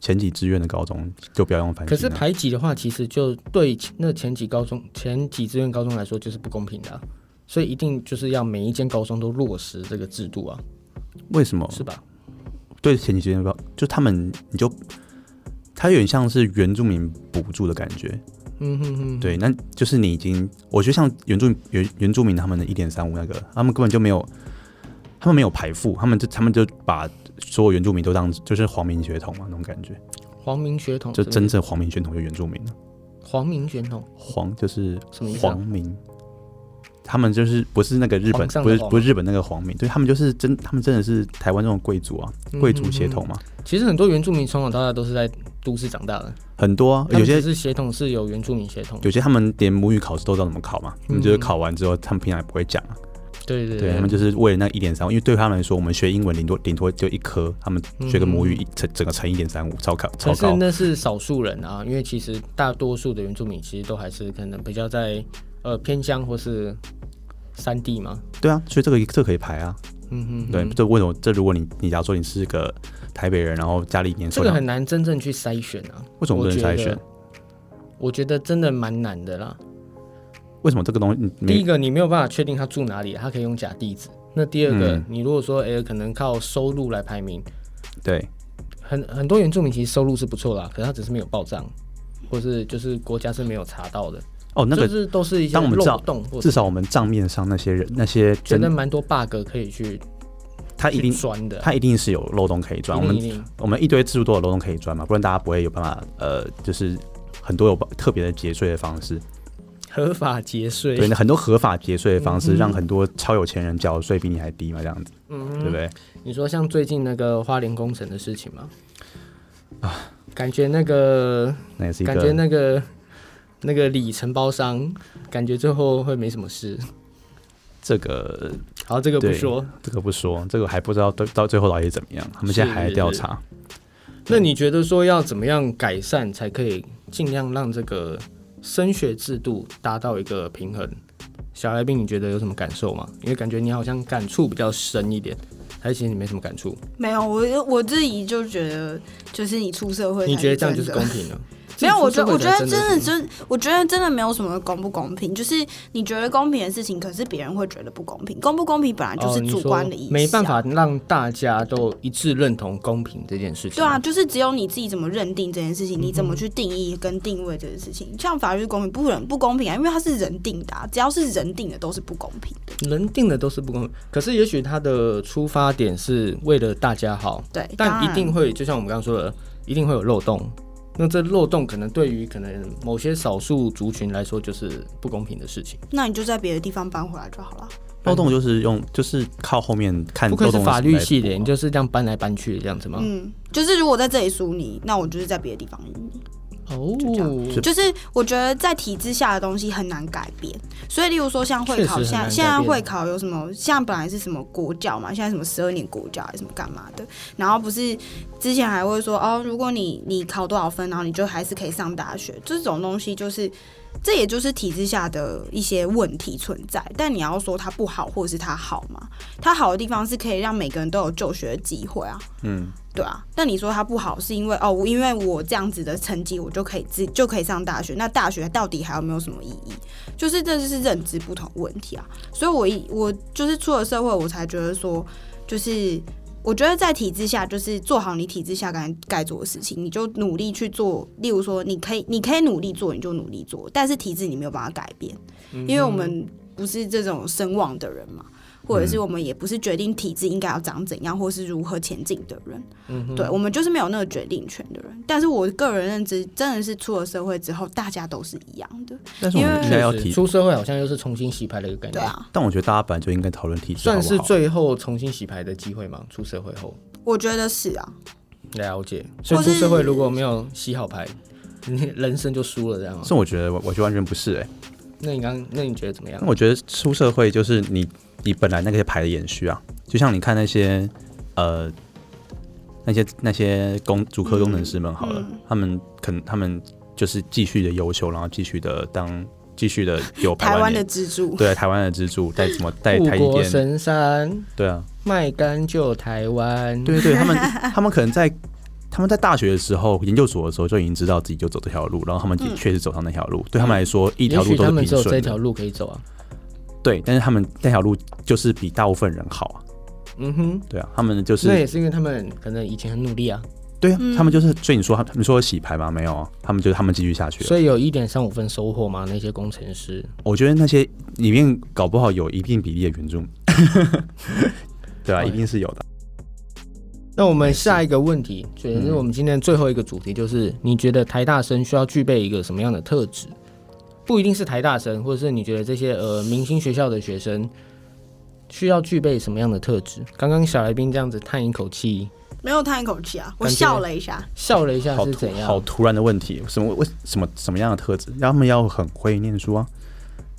[SPEAKER 3] 前几志愿的高中就不要用繁
[SPEAKER 1] 可
[SPEAKER 3] 星、啊。
[SPEAKER 1] 是排挤的话，其实就对那前几高中、前几志愿高中来说就是不公平的啊、所以一定就是要每一间高中都落实这个制度啊，
[SPEAKER 3] 为什么？
[SPEAKER 1] 是吧？
[SPEAKER 3] 对前几志愿高，就他们你就，它有点像是原住民补助的感觉。
[SPEAKER 1] 嗯哼哼，
[SPEAKER 3] 对，那就是你已经，我觉得像原住原原住民他们的一点三五那个，他们根本就没有，他们没有排富，他们就他们就把所有原住民都当就是皇民血统嘛那种感觉，
[SPEAKER 1] 黄明血统
[SPEAKER 3] 就是
[SPEAKER 1] 不是
[SPEAKER 3] 真正皇民血统就原住民了。
[SPEAKER 1] 黄明血统
[SPEAKER 3] 皇就是
[SPEAKER 1] 什么意思啊
[SPEAKER 3] 皇民，他们就是不是那个日本
[SPEAKER 1] 皇，上的
[SPEAKER 3] 不是
[SPEAKER 1] 皇吗
[SPEAKER 3] 不是日本那个皇民，对他们就是真，他们真的是台湾这种贵族啊，贵族血。
[SPEAKER 1] 嗯哼
[SPEAKER 3] 统
[SPEAKER 1] 哼
[SPEAKER 3] 嘛，
[SPEAKER 1] 其实很多原住民从小到大都是在都市长大的，
[SPEAKER 3] 很多啊，
[SPEAKER 1] 他
[SPEAKER 3] 有
[SPEAKER 1] 们只
[SPEAKER 3] 些
[SPEAKER 1] 是血统是有原住民血统，
[SPEAKER 3] 有些他们连母语考试都知道怎么考嘛，他们就是
[SPEAKER 1] 嗯
[SPEAKER 3] 考完之后，他们平常也不会讲啊，
[SPEAKER 1] 对对
[SPEAKER 3] 对他们就是为了那一点三五，因为对他们来说，我们学英文顶多顶多就一科，他们学个母语一整整个乘一点三五，超高超
[SPEAKER 1] 可是
[SPEAKER 3] 高，
[SPEAKER 1] 那是少数人啊，因为其实大多数的原住民其实都还是可能比较在呃偏乡或是山地嘛。
[SPEAKER 3] 对啊，所以这个这可以排啊，
[SPEAKER 1] 嗯哼哼
[SPEAKER 3] 对，这为什么？这如果你你假如说你是个台北人，然后家里年
[SPEAKER 1] 这
[SPEAKER 3] 收
[SPEAKER 1] 个
[SPEAKER 3] 养，
[SPEAKER 1] 很难真正去筛选啊。
[SPEAKER 3] 为什么不能筛选？
[SPEAKER 1] 我觉得真的蛮难的啦。
[SPEAKER 3] 为什么这个东西
[SPEAKER 1] 第一
[SPEAKER 3] 你
[SPEAKER 1] 个，你没有办法确定他住哪里，他可以用假地址。那第二个，
[SPEAKER 3] 嗯
[SPEAKER 1] 你如果说，哎、可能靠收入来排名，
[SPEAKER 3] 对？
[SPEAKER 1] 很很多原住民其实收入是不错啦，可是他只是没有报账，或是就是国家是没有查到的，
[SPEAKER 3] 哦，那个
[SPEAKER 1] 就是都是一些
[SPEAKER 3] 当我们知道
[SPEAKER 1] 漏洞，或
[SPEAKER 3] 至
[SPEAKER 1] 是
[SPEAKER 3] 少我们账面上那些人那些
[SPEAKER 1] 觉
[SPEAKER 3] 真
[SPEAKER 1] 得蛮多 bug 可以去
[SPEAKER 3] 他一
[SPEAKER 1] 去
[SPEAKER 3] 定
[SPEAKER 1] 钻的啊。
[SPEAKER 3] 他一定是有漏洞可以钻。我
[SPEAKER 1] 一定
[SPEAKER 3] 们
[SPEAKER 1] 一定
[SPEAKER 3] 我们一堆制度都有漏洞可以钻嘛，不然大家不会有办法呃，就是很多有特别的节税的方式，
[SPEAKER 1] 合法节税，
[SPEAKER 3] 对，那很多合法节税的方
[SPEAKER 1] 嗯
[SPEAKER 3] 式，
[SPEAKER 1] 哼嗯
[SPEAKER 3] 让很多超有钱人缴的税比你还低嘛，这样子，对不对？
[SPEAKER 1] 你说像最近那个花莲工程的事情吗？啊，感觉那个
[SPEAKER 3] 那也是一
[SPEAKER 1] 感觉
[SPEAKER 3] 个
[SPEAKER 1] 那个那个理承包商，感觉最后会没什么事。
[SPEAKER 3] 这个
[SPEAKER 1] 好，这个不
[SPEAKER 3] 对
[SPEAKER 1] 说。
[SPEAKER 3] 这个不说，这个还不知道到到最后老爷怎么样，他们现在还在调查。
[SPEAKER 1] 那你觉得说要怎么样改善，才可以尽量让这个升学制度达到一个平衡？小来宾，你觉得有什么感受吗？因为感觉你好像感触比较深一点，还是其实你没什么感触？
[SPEAKER 2] 没有，我我自己就觉得，就是你出社会，
[SPEAKER 1] 你觉得这样就是公？平了？
[SPEAKER 2] 没有，我觉得我
[SPEAKER 1] 这个
[SPEAKER 2] 觉
[SPEAKER 1] 社
[SPEAKER 2] 得
[SPEAKER 1] 会
[SPEAKER 2] 真
[SPEAKER 1] 才
[SPEAKER 2] 的
[SPEAKER 1] 是
[SPEAKER 2] 真，我觉得真的没有什么公不公平，就是你觉得公平的事情，可是别人会觉得不公平。公不公平本来就
[SPEAKER 1] 哦
[SPEAKER 2] 是
[SPEAKER 1] 你
[SPEAKER 2] 主
[SPEAKER 1] 说
[SPEAKER 2] 观的意思、啊
[SPEAKER 1] 没办。法让大家都一致认同公平这件事情。
[SPEAKER 2] 对啊，，就是只有你自己怎么认定这件
[SPEAKER 1] 嗯
[SPEAKER 2] 事情，你怎么去定义跟定位这件事情。像法律公平不能不公平啊，因为它是人定的、啊，只要是人定的都是不公平的。
[SPEAKER 1] 人定的都是不公平，可是也许他的出发点是为了大家好，
[SPEAKER 2] 对，当
[SPEAKER 1] 但
[SPEAKER 2] 然
[SPEAKER 1] 一定会，就像我们刚刚说的，一定会有漏洞。那这漏洞可能对于可能某些少数族群来说就是不公平的事情，
[SPEAKER 2] 那你就在别的地方搬回来就好了。
[SPEAKER 3] 漏洞就是用，就是靠后面看
[SPEAKER 1] 不愧
[SPEAKER 3] 漏洞
[SPEAKER 1] 是
[SPEAKER 3] 是
[SPEAKER 1] 法
[SPEAKER 3] 什么
[SPEAKER 1] 律
[SPEAKER 3] 来
[SPEAKER 1] 系
[SPEAKER 3] 补
[SPEAKER 1] 的，你
[SPEAKER 3] 啊
[SPEAKER 1] 就是这样搬来搬去这样子吗？
[SPEAKER 2] 嗯，就是如果在这里输你，那我就是在别的地方赢你。
[SPEAKER 1] 哦，
[SPEAKER 2] 就这就是我觉得在体制下的东西很难改变，所以例如说像会考，
[SPEAKER 1] 确实很难
[SPEAKER 2] 现
[SPEAKER 1] 改
[SPEAKER 2] 在
[SPEAKER 1] 变
[SPEAKER 2] 现在会考有什么？像本来是什么国教嘛，现在什么十二年国教还是什么干嘛的？然后不是之前还会说哦，如果你你考多少分，然后你就还是可以上大学，这种东西就是。这也就是体制下的一些问题存在，但你要说它不好，或者是它好嘛？它好的地方是可以让每个人都有就学的机会啊。
[SPEAKER 3] 嗯，
[SPEAKER 2] 对啊，那你说它不好，是因为哦，我因为我这样子的成绩，我就可以自就可以上大学。那大学到底还有没有什么意义？就是这就是认知不同的问题啊。所以我一我就是出了社会，我才觉得说，就是我觉得在体制下，就是做好你体制下该该做的事情，你就努力去做。例如说，你可以你可以努力做，你就努力做，但是体制你没有办法改变，因为我们不是这种声望的人嘛。或者是我们也不是决定体制应该要长怎样，或是如何前进的人，对我们就是没有那个决定权的人。但是我个人认知，真的是出了社会之后，大家都是一样的，
[SPEAKER 3] 但是我
[SPEAKER 2] 因为
[SPEAKER 3] 们应该要
[SPEAKER 1] 确实
[SPEAKER 3] 提，
[SPEAKER 1] 出社会好像又是重新洗牌的一个概
[SPEAKER 2] 对
[SPEAKER 1] 念，
[SPEAKER 2] 啊。
[SPEAKER 3] 但我觉得大家本来就应该讨论体制好
[SPEAKER 1] 算
[SPEAKER 3] 不
[SPEAKER 1] 是
[SPEAKER 3] 好。
[SPEAKER 1] 最后重新洗牌的机会吗？出社会后
[SPEAKER 2] 我觉得是啊，
[SPEAKER 1] 了解，所以
[SPEAKER 2] 或
[SPEAKER 1] 出
[SPEAKER 2] 是
[SPEAKER 1] 社会如果没有洗好牌，你人生就输了这样吗？
[SPEAKER 3] 是我觉得，我我觉得完全不是哎、
[SPEAKER 1] 那你刚那你觉得怎么样
[SPEAKER 3] 那？我觉得出社会就是你你本来那些牌的延续啊，就像你看那些呃那些那些工主科工程师
[SPEAKER 2] 嗯
[SPEAKER 3] 们好了，他们肯他们就是继续的优秀，然后继续的当继续的有
[SPEAKER 2] 台湾的
[SPEAKER 3] 脸
[SPEAKER 2] 支柱，
[SPEAKER 3] 对台湾的支柱，带 什么带
[SPEAKER 1] 护
[SPEAKER 3] 台积
[SPEAKER 1] 国
[SPEAKER 3] 电，
[SPEAKER 1] 神山
[SPEAKER 3] 对啊，
[SPEAKER 1] 卖干就台湾，
[SPEAKER 3] 对对对，他们他们可能在。他们在大学的时候、研究所的时候就已经知道自己就走这条路，然后他们
[SPEAKER 2] 嗯
[SPEAKER 3] 也确实走上那条路。对他们来说，一条
[SPEAKER 1] 也
[SPEAKER 3] 路
[SPEAKER 1] 许
[SPEAKER 3] 都
[SPEAKER 1] 他
[SPEAKER 3] 是
[SPEAKER 1] 们
[SPEAKER 3] 平
[SPEAKER 1] 只有这
[SPEAKER 3] 顺
[SPEAKER 1] 条
[SPEAKER 3] 的。
[SPEAKER 1] 路可以走啊。
[SPEAKER 3] 对，但是他们那条路就是比大部分人好啊。
[SPEAKER 1] 嗯哼，
[SPEAKER 3] 对啊，他们就是
[SPEAKER 1] 那也是因为他们可能以前很努力啊，
[SPEAKER 3] 对啊，
[SPEAKER 2] 嗯
[SPEAKER 3] 他们就是，所以你说他，你说洗牌吗？没有啊，他们就是他们继续下去了。
[SPEAKER 1] 所以有一点三五分收获嘛。那些工程师，
[SPEAKER 3] 我觉得那些里面搞不好有一定比例的原住民， 对啊，
[SPEAKER 1] 哎
[SPEAKER 3] 一定是有的。
[SPEAKER 1] 那我们下一个问题，也
[SPEAKER 3] 嗯
[SPEAKER 1] 就是我们今天最后一个主题，就是你觉得台大生需要具备一个什么样的特质？不一定是台大生，或者是你觉得这些呃明星学校的学生需要具备什么样的特质？刚刚小来宾这样子叹一口气，
[SPEAKER 2] 没有叹一口气啊，我
[SPEAKER 1] 感觉
[SPEAKER 2] 笑了一下。
[SPEAKER 1] 笑了一下
[SPEAKER 3] 好
[SPEAKER 1] 是
[SPEAKER 3] 突
[SPEAKER 1] 怎样？
[SPEAKER 3] 好突然的问题，什么为什么什么样的特质？然后他们要很会念书啊，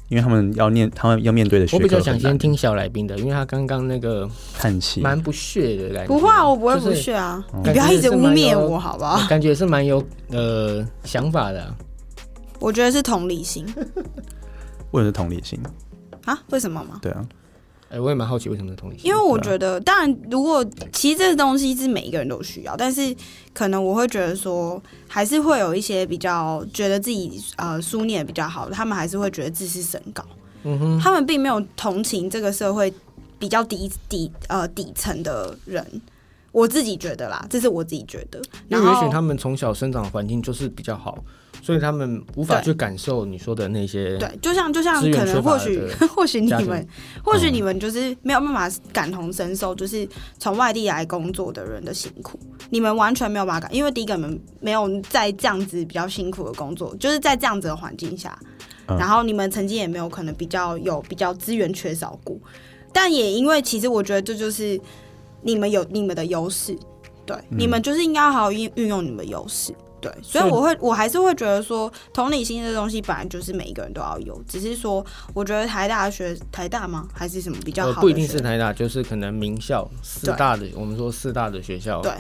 [SPEAKER 3] 因为他们要念，他们要面对的学
[SPEAKER 1] 我比较
[SPEAKER 3] 科
[SPEAKER 1] 想
[SPEAKER 3] 很
[SPEAKER 1] 先
[SPEAKER 3] 难。
[SPEAKER 1] 听小来宾的，因为他刚刚那个
[SPEAKER 3] 叹气，
[SPEAKER 1] 蛮不屑的感觉。
[SPEAKER 2] 不会啊，我不会不
[SPEAKER 1] 就是
[SPEAKER 2] 屑啊，
[SPEAKER 1] 嗯
[SPEAKER 2] 你不要一直污蔑我好不好？
[SPEAKER 1] 感觉也是蛮有呃想法的啊、
[SPEAKER 2] 我觉得是同理心
[SPEAKER 3] 为什么是同理心？
[SPEAKER 2] 啊，为什么吗？
[SPEAKER 3] 对啊，
[SPEAKER 1] 哎、我也蛮好奇为什么是同理心，
[SPEAKER 2] 因为我觉得，当然，如果其实这东西是每一个人都需要，但是可能我会觉得说，还是会有一些比较觉得自己呃书念得比较好的，他们还是会觉得自视甚高，
[SPEAKER 1] 嗯哼，
[SPEAKER 2] 他们并没有同情这个社会比较底底呃底层的人。我自己觉得啦，这是我自己觉得。
[SPEAKER 1] 因
[SPEAKER 2] 然
[SPEAKER 1] 为也许
[SPEAKER 2] 后
[SPEAKER 1] 他们从小生长的环境就是比较好，所以他们无法
[SPEAKER 2] 对
[SPEAKER 1] 去感受你说的那些。
[SPEAKER 2] 对，就像就像
[SPEAKER 1] 资源
[SPEAKER 2] 可
[SPEAKER 1] 缺
[SPEAKER 2] 能
[SPEAKER 1] 乏
[SPEAKER 2] 或
[SPEAKER 1] 的
[SPEAKER 2] 许
[SPEAKER 1] 对
[SPEAKER 2] 或许你
[SPEAKER 1] 家庭嗯
[SPEAKER 2] 们或许你们就是没有办法感同身受，就是从外地来工作的人的辛苦，你们完全没有办法感，因为第一个你们没有在这样子比较辛苦的工作，就是在这样子的环境下，
[SPEAKER 3] 嗯
[SPEAKER 2] 然后你们曾经也没有可能比较有比较资源缺少过，但也因为其实我觉得这就是
[SPEAKER 1] 嗯
[SPEAKER 2] 你们有你们的优势，对，你们就是应该好好运运用你们的优势。对，所以我会，我还是会觉得说，同理心这东西本来就是每一个人都要有，只是说，我觉得台大学台大吗，还是什么比较好
[SPEAKER 1] 呃，
[SPEAKER 2] 的、
[SPEAKER 1] 不一定是。台大，就是可能名校四
[SPEAKER 2] 对
[SPEAKER 1] 大的，我们说四大的学校，
[SPEAKER 2] 对，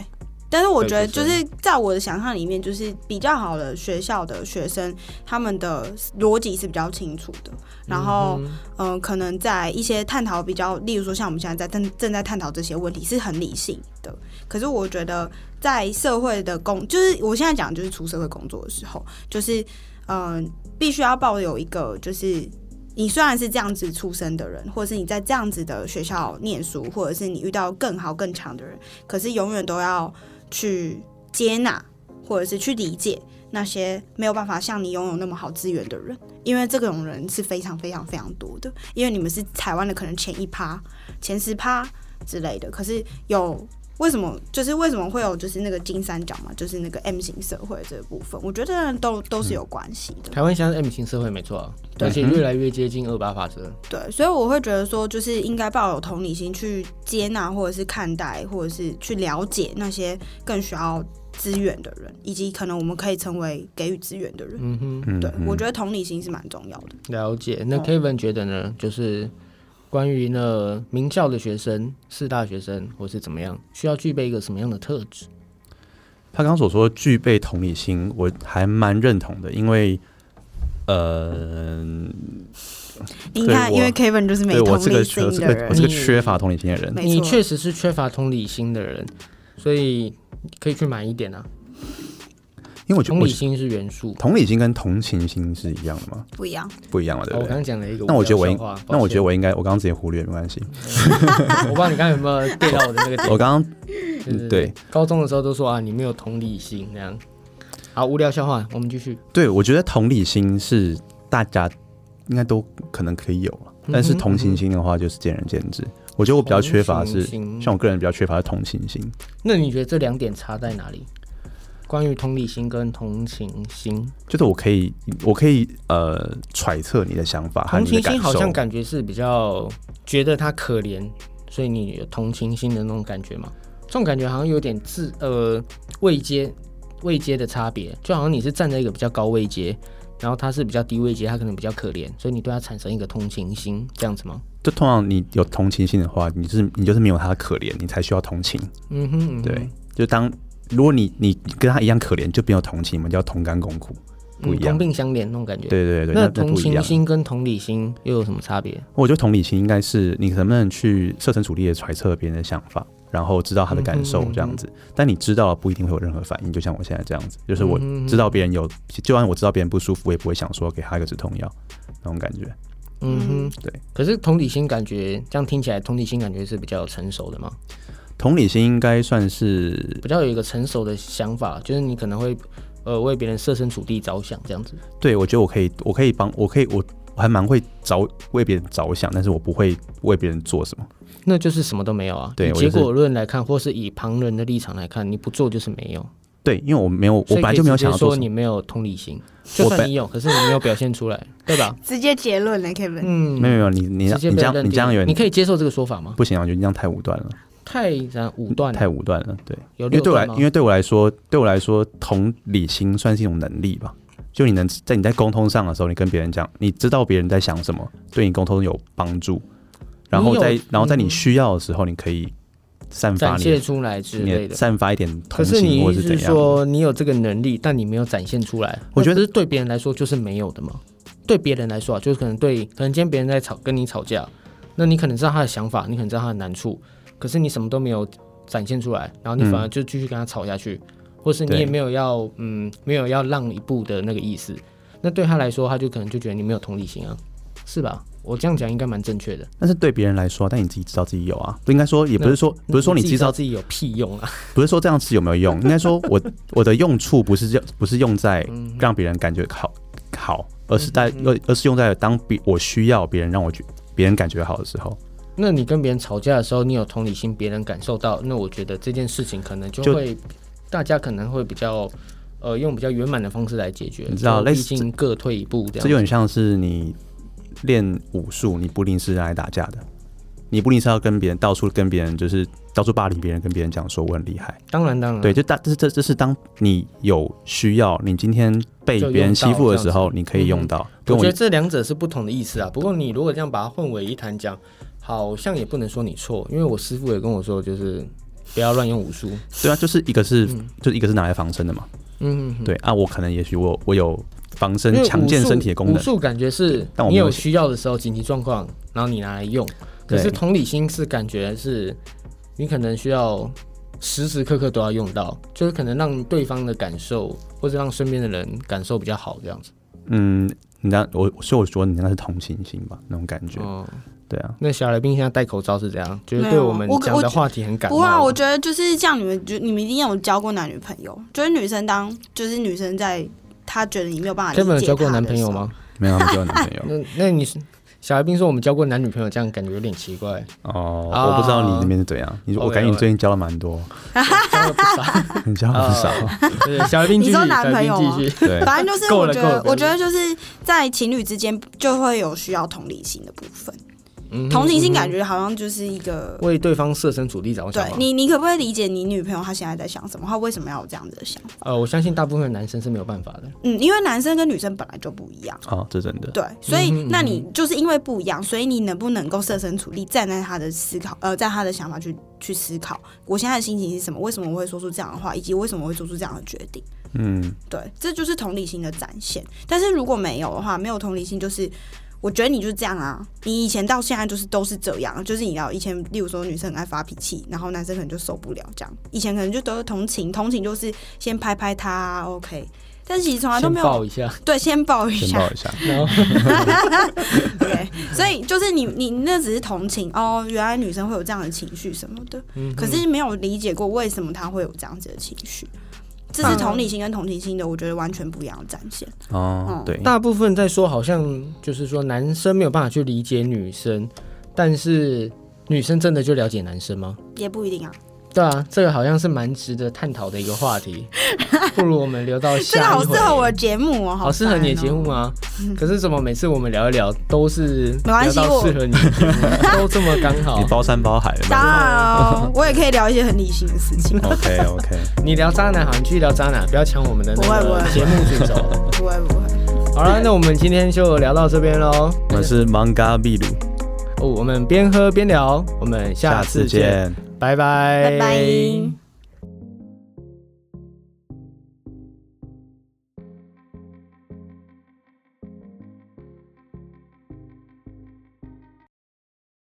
[SPEAKER 2] 但是我觉得，
[SPEAKER 1] 对就
[SPEAKER 2] 就是是在我的想象里面，就是比较好的学校的学生，他们的逻辑是比较清楚的。然后，嗯、可能在一些探讨比较，例如说像我们现在在正正在探讨这些问题，是很理性的。可是我觉得，在社会的工，就是我现在讲，就是出社会工作的时候，就是嗯、必须要抱有一个就是。你虽然是这样子出生的人，或者是你在这样子的学校念书，或者是你遇到更好更强的人，可是永远都要去接纳或者是去理解那些没有办法像你拥有那么好资源的人，因为这种人是非常非常非常多的，因为你们是台湾的可能前一趴、前十趴之类的，可是有。为什么就是为什么会有就是那个金三角嘛，就是那个 M 型社会这个部分，我觉得都都是有关系的。
[SPEAKER 1] 台湾现在是 M 型社会没错啊，
[SPEAKER 2] 对
[SPEAKER 1] 而且越来越接近二八法则。
[SPEAKER 2] 对，所以我会觉得说，就是应该抱有同理心去接纳，或者是看待，或者是去了解那些更需要资源的人，以及可能我们可以成为给予资源的人。
[SPEAKER 1] 嗯哼，
[SPEAKER 3] 嗯，
[SPEAKER 2] 对，
[SPEAKER 3] 嗯
[SPEAKER 2] 我觉得同理心是蛮重要的。
[SPEAKER 1] 了解。那
[SPEAKER 2] 嗯
[SPEAKER 1] Kevin 觉得呢？就是关于呢名校的学生、四大学生或是怎么样，需要具备一个什么样的特质？
[SPEAKER 3] 他刚刚所说具备同理心，我还蛮认同的，因为呃，
[SPEAKER 2] 你
[SPEAKER 3] 对
[SPEAKER 2] 看，
[SPEAKER 3] 我
[SPEAKER 2] 因为 Kevin 就是没
[SPEAKER 3] 对我
[SPEAKER 2] 同
[SPEAKER 3] 这个
[SPEAKER 2] 理
[SPEAKER 3] 缺我
[SPEAKER 2] 心
[SPEAKER 3] 这
[SPEAKER 2] 的
[SPEAKER 3] 个我这
[SPEAKER 2] 人，嗯
[SPEAKER 3] 个缺乏同理心的人，
[SPEAKER 2] 没
[SPEAKER 1] 你
[SPEAKER 2] 错。
[SPEAKER 1] 确实是缺乏同理心的人，所以可以去买一点啊。
[SPEAKER 3] 因为我觉得
[SPEAKER 1] 同
[SPEAKER 3] 我
[SPEAKER 1] 理心是元素。
[SPEAKER 3] 同理心跟同情心是一样的吗？
[SPEAKER 2] 不一样，
[SPEAKER 3] 不一样嘛，对
[SPEAKER 1] 哦
[SPEAKER 3] 不
[SPEAKER 1] 我刚刚
[SPEAKER 3] 对？
[SPEAKER 1] 讲了一个无
[SPEAKER 3] 那
[SPEAKER 1] 聊
[SPEAKER 3] 我觉得
[SPEAKER 1] 笑
[SPEAKER 3] 我应
[SPEAKER 1] 话，嗯
[SPEAKER 3] 那我觉得
[SPEAKER 1] 我
[SPEAKER 3] 我应该，我刚刚直接忽略没关系。
[SPEAKER 1] 我不知道你刚刚有没有对到我的那个 点。
[SPEAKER 3] 我刚刚
[SPEAKER 1] 对对
[SPEAKER 3] 对
[SPEAKER 1] 对，高中的时候都说啊，你没有同理心那样。好，无聊笑话，我们继续。
[SPEAKER 3] 对我觉得同理心是大家应该都可能可以有了，但是
[SPEAKER 1] 嗯哼
[SPEAKER 3] 同情心的话就是见仁见智。我觉得我比较缺乏是，
[SPEAKER 1] 同情心
[SPEAKER 3] 像我个人比较缺乏的同情心。
[SPEAKER 1] 那你觉得这两点差在哪里？关于同理心跟同情心，
[SPEAKER 3] 就是我可以，我可以呃揣测你的想法和
[SPEAKER 1] 同
[SPEAKER 3] 你的
[SPEAKER 1] 情
[SPEAKER 3] 感
[SPEAKER 1] 心好
[SPEAKER 3] 受。
[SPEAKER 1] 像感觉是比较觉得他可怜，所以你有同情心的那种感觉嘛？这种感觉好像有点自呃位阶位阶的差别，就好像你是站在一个比较高位阶，然后他是比较低位阶，他可能比较可怜，所以你对他产生一个同情心，这样子吗？
[SPEAKER 3] 就通常你有同情心的话，你就是你就是没有他的可怜，你才需要同情。
[SPEAKER 1] 嗯哼，嗯哼
[SPEAKER 3] 对，就当如果你你你跟他一样可怜，就没有同情，我们叫同甘共苦，不
[SPEAKER 1] 嗯
[SPEAKER 3] 一样
[SPEAKER 1] 同。病相怜那种感觉。
[SPEAKER 3] 对对对，
[SPEAKER 1] 那
[SPEAKER 3] 那
[SPEAKER 1] 同
[SPEAKER 3] 不一
[SPEAKER 1] 情
[SPEAKER 3] 样。
[SPEAKER 1] 心跟同理心又有什么差别？
[SPEAKER 3] 我觉得同理心应该是你能不能去设身处地的揣测别人的想法，然后知道他的感
[SPEAKER 1] 嗯
[SPEAKER 3] 受
[SPEAKER 1] 哼
[SPEAKER 3] 这样子。但你知道了不一定会有任何反应，就像我现在这样子，就是我
[SPEAKER 1] 嗯哼
[SPEAKER 3] 知道别人有，就算我知道别人不舒服，我也不会想说给他一个止痛药那种感觉。
[SPEAKER 1] 嗯哼，
[SPEAKER 3] 对。
[SPEAKER 1] 可是同理心感觉这样听起来，同理心感觉是比较成熟的嘛，
[SPEAKER 3] 同理心应该算是
[SPEAKER 1] 比较有一个成熟的想法，就是你可能会呃为别人设身处地着想这样子。
[SPEAKER 3] 对我觉得我可以，我可以帮，我可以我。我还蛮会着为别人着想，但是我不会为别人做什么。
[SPEAKER 1] 那就是什么都没有啊。
[SPEAKER 3] 对
[SPEAKER 1] 以
[SPEAKER 3] 我就
[SPEAKER 1] 结
[SPEAKER 3] 是
[SPEAKER 1] 果论来看，或是以旁人的立场来看，你不做就是没有。
[SPEAKER 3] 对，因为我没有，我
[SPEAKER 1] 所以
[SPEAKER 3] 本来
[SPEAKER 1] 可以
[SPEAKER 3] 就没有
[SPEAKER 1] 直接
[SPEAKER 3] 想要做
[SPEAKER 1] 说
[SPEAKER 3] 什么。
[SPEAKER 1] 你没有同理心，就
[SPEAKER 3] 我
[SPEAKER 1] 算
[SPEAKER 3] 本
[SPEAKER 1] 你有，可是你没有表现出来，对 吧？
[SPEAKER 2] 直接结论了，Kevin。
[SPEAKER 1] 嗯，
[SPEAKER 3] 没有没有，你你
[SPEAKER 1] 直接
[SPEAKER 3] 你
[SPEAKER 1] 被
[SPEAKER 3] 这
[SPEAKER 1] 认
[SPEAKER 3] 样
[SPEAKER 1] 定
[SPEAKER 3] 你这样有
[SPEAKER 1] 你
[SPEAKER 3] 点
[SPEAKER 1] 可以接受这个说法吗？
[SPEAKER 3] 不行啊，我觉得你这样太武断了，
[SPEAKER 1] 太啊然武断了，
[SPEAKER 3] 太武断了。对，
[SPEAKER 1] 有
[SPEAKER 3] 因为
[SPEAKER 1] 六
[SPEAKER 3] 对我来
[SPEAKER 1] 段，吗？
[SPEAKER 3] 因为对我来说，对我来说，同理心算是一种能力吧。就你能在你在沟通上的时候，你跟别人讲，你知道别人在想什么，对你沟通有帮助。然后
[SPEAKER 1] 你
[SPEAKER 3] 在
[SPEAKER 1] 有
[SPEAKER 3] 然后在你
[SPEAKER 1] 嗯
[SPEAKER 3] 需要的时候，你可以散发
[SPEAKER 1] 展
[SPEAKER 3] 你
[SPEAKER 1] 现
[SPEAKER 3] 的
[SPEAKER 1] 出来之
[SPEAKER 3] 你
[SPEAKER 1] 类
[SPEAKER 3] 的
[SPEAKER 1] 的。
[SPEAKER 3] 散发一点
[SPEAKER 1] 可
[SPEAKER 3] 同
[SPEAKER 1] 是你
[SPEAKER 3] 情或
[SPEAKER 1] 意思
[SPEAKER 3] 者是怎
[SPEAKER 1] 是
[SPEAKER 3] 样。
[SPEAKER 1] 说你有这个能力，但你没有展现出来？
[SPEAKER 3] 我觉
[SPEAKER 1] 那
[SPEAKER 3] 得
[SPEAKER 1] 不是对别人来说就是没有的嘛。对别人来说啊，就是可能对，可能今天别人在吵跟你吵架，那你可能知道他的想法，你可能知道他的难处，可是你什么都没有展现出来，然后你反而就继续跟他吵下去，或是你
[SPEAKER 3] 嗯对
[SPEAKER 1] 也没有要嗯没有要让一步的那个意思。那对他来说，他就可能就觉得你没有同理心啊，是吧？我这样讲应该蛮正确的。
[SPEAKER 3] 但是对别人来说，但你自己知道自己有啊，不应该说也不是说不是说你
[SPEAKER 1] 自
[SPEAKER 3] 知
[SPEAKER 1] 己知
[SPEAKER 3] 道
[SPEAKER 1] 道自己有屁用啊？
[SPEAKER 3] 不是说这样吃有没有 用，应该说我我的用处不是用不是用在
[SPEAKER 1] 嗯
[SPEAKER 3] 让别人感觉好好，而是在而而是用在当别我需要别人让我觉别人感觉好的时候，
[SPEAKER 1] 那你跟别人吵架的时候，你有同理心，别人感受到，那我觉得这件事情可能就
[SPEAKER 3] 就
[SPEAKER 1] 会，大家可能会比较，呃，用比较圆满的方式来解决。
[SPEAKER 3] 你知道
[SPEAKER 1] 就
[SPEAKER 3] 类
[SPEAKER 1] 毕
[SPEAKER 3] 似
[SPEAKER 1] 竟各退一步这
[SPEAKER 3] 这有
[SPEAKER 1] 样。
[SPEAKER 3] 点像是你练武术，你不一定是拿来打架的，你不一定是要跟别人到处跟别人，就是到处霸凌别人，跟别人讲说我很厉害。
[SPEAKER 1] 当然当然，
[SPEAKER 3] 对，就当这是这这是当你有需要，你今天被
[SPEAKER 1] 就
[SPEAKER 3] 别人
[SPEAKER 1] 用
[SPEAKER 3] 欺
[SPEAKER 1] 到
[SPEAKER 3] 负的
[SPEAKER 1] 这样
[SPEAKER 3] 时
[SPEAKER 1] 子
[SPEAKER 3] 候，你可以用
[SPEAKER 1] 嗯
[SPEAKER 3] 到。
[SPEAKER 1] 我
[SPEAKER 3] 跟
[SPEAKER 1] 觉
[SPEAKER 3] 我
[SPEAKER 1] 得这两者是不同的意思啊。不过你如果这样把它混为一谈讲，好像也不能说你错，因为我师傅也跟我说，就是不要乱用武术。
[SPEAKER 3] 对啊，就是一个是就是一个是拿来防身的嘛。
[SPEAKER 1] 嗯，
[SPEAKER 3] 对啊，我可能也许我我有防
[SPEAKER 1] 因为
[SPEAKER 3] 身强健
[SPEAKER 1] 武术
[SPEAKER 3] 身体的功
[SPEAKER 1] 武
[SPEAKER 3] 能，
[SPEAKER 1] 术感觉是
[SPEAKER 3] 但我
[SPEAKER 1] 你
[SPEAKER 3] 没有
[SPEAKER 1] 有需要的时候紧急状况，然后你拿来用。可
[SPEAKER 3] 对
[SPEAKER 1] 是同理心是感觉是，你可能需要时时刻刻都要用到，就是可能让对方的感受，或者让身边的人感受比较好这样子。
[SPEAKER 3] 嗯，你知道我所以我说你那是同情心吧，那种感觉。
[SPEAKER 1] 哦，
[SPEAKER 3] 对啊，
[SPEAKER 1] 那小来宾现在戴口罩是怎样？就是
[SPEAKER 2] 没
[SPEAKER 1] 对
[SPEAKER 2] 有
[SPEAKER 1] 我们
[SPEAKER 2] 我
[SPEAKER 1] 讲
[SPEAKER 2] 我
[SPEAKER 1] 的话题很感
[SPEAKER 2] 不会啊，
[SPEAKER 1] 冒
[SPEAKER 2] 我。觉得就是像你们，就你们一定有交过男女朋友，就是女生当，就是女生在她觉得你没有办法理解
[SPEAKER 1] Kevin 有交过
[SPEAKER 2] 她的
[SPEAKER 1] 男朋友
[SPEAKER 2] 时候
[SPEAKER 1] 吗？？
[SPEAKER 3] 没有他们交 男朋友
[SPEAKER 1] 那那你是小来宾说我们交过男女朋友，这样感觉有点奇怪，
[SPEAKER 3] 哦，
[SPEAKER 1] 啊
[SPEAKER 3] 我不知道你那边是怎样。你说我
[SPEAKER 1] OK，
[SPEAKER 3] 感觉你
[SPEAKER 1] 哦 OK
[SPEAKER 3] 最近交了蛮 多，
[SPEAKER 1] 交了不少。
[SPEAKER 3] 你交了不少。
[SPEAKER 1] 对，小来宾继续，
[SPEAKER 2] 你
[SPEAKER 1] 小
[SPEAKER 2] 说男
[SPEAKER 1] 来
[SPEAKER 2] 朋
[SPEAKER 1] 宾
[SPEAKER 2] 友吗
[SPEAKER 1] 继续。
[SPEAKER 3] 对，
[SPEAKER 2] 反正就是
[SPEAKER 1] 够
[SPEAKER 2] 我
[SPEAKER 1] 了
[SPEAKER 2] 觉
[SPEAKER 1] 够了
[SPEAKER 2] 得，
[SPEAKER 1] 够了
[SPEAKER 2] 我觉得就是在情侣之间就会有需要同理心的部分，
[SPEAKER 1] 嗯
[SPEAKER 2] 同情心感觉好像就是一个。
[SPEAKER 1] 为对方设身处地着想
[SPEAKER 2] 对
[SPEAKER 1] 嘛。
[SPEAKER 2] 你，你可不可以理解你女朋友她现在在想什么？她为什么要有这样子的想法？
[SPEAKER 1] 呃，我相信大部分的男生是没有办法的。
[SPEAKER 2] 嗯，因为男生跟女生本来就不一样，
[SPEAKER 3] 哦，这真的。
[SPEAKER 2] 对，所以、
[SPEAKER 1] 嗯哼
[SPEAKER 2] 那你就是因为不一样，所以你能不能够设身处地站在他的思考，呃，在他的想法去去思考，我现在的心情是什么？为什么我会说出这样的话，以及为什么我会做出这样的决定？
[SPEAKER 3] 嗯，
[SPEAKER 2] 对，这就是同理心的展现。但是如果没有的话，没有同理心，就是我觉得你就是这样啊，你以前到现在就是都是这样，啊就是你知道以前，例如说女生很爱发脾气，然后男生可能就受不了这样，以前可能就都是同情，同情就是先拍拍他啊，OK，但是其实从来啊都
[SPEAKER 1] 先
[SPEAKER 2] 没有
[SPEAKER 1] 抱一下，
[SPEAKER 2] 对，先抱一
[SPEAKER 3] 先
[SPEAKER 2] 下
[SPEAKER 3] 抱，一下。
[SPEAKER 1] 然后
[SPEAKER 2] 对，所以就是你你那只是同情哦，原来女生会有这样的情绪什么的，
[SPEAKER 1] 嗯
[SPEAKER 2] 可是没有理解过为什么她会有这样子的情绪，这
[SPEAKER 1] 嗯
[SPEAKER 2] 是同理心跟同情心的，我觉得完全不一样的展现。
[SPEAKER 3] 哦
[SPEAKER 2] 嗯，
[SPEAKER 3] 对，
[SPEAKER 1] 大部分在说，好像就是说男生没有办法去理解女生，但是女生真的就了解男生吗？
[SPEAKER 2] 也不一定啊，
[SPEAKER 1] 对啊，这个好像是蛮值得探讨的一个话 题，不如我们留到
[SPEAKER 2] 这个
[SPEAKER 1] 下
[SPEAKER 2] 好
[SPEAKER 1] 一
[SPEAKER 2] 适
[SPEAKER 1] 回。
[SPEAKER 2] 合我的节目哦，
[SPEAKER 1] 好适合
[SPEAKER 2] 烦
[SPEAKER 1] 你的节
[SPEAKER 2] 哦
[SPEAKER 1] 目。啊吗？可是怎么每次我们聊一聊都是
[SPEAKER 2] 没关系
[SPEAKER 1] 聊到适合你的节目，啊 都这么刚好
[SPEAKER 3] 你。包山包海的
[SPEAKER 2] 当
[SPEAKER 3] 嘛。
[SPEAKER 2] 然哦，我也可以聊一些很理性的事情，
[SPEAKER 3] OK OK，
[SPEAKER 1] 你聊渣男好，你继续聊渣男，不要抢我们的那
[SPEAKER 2] 不会不
[SPEAKER 1] 个
[SPEAKER 2] 会
[SPEAKER 1] 节目主轴。
[SPEAKER 2] 不会不会。
[SPEAKER 1] 好了，那我们今天就聊到这边喽。
[SPEAKER 3] 我们是 Manga 秘鲁，
[SPEAKER 1] 哦，我们边喝边聊，我们下
[SPEAKER 3] 下
[SPEAKER 1] 次
[SPEAKER 3] 次
[SPEAKER 1] 见，
[SPEAKER 3] 见。
[SPEAKER 1] 拜拜，
[SPEAKER 2] 拜拜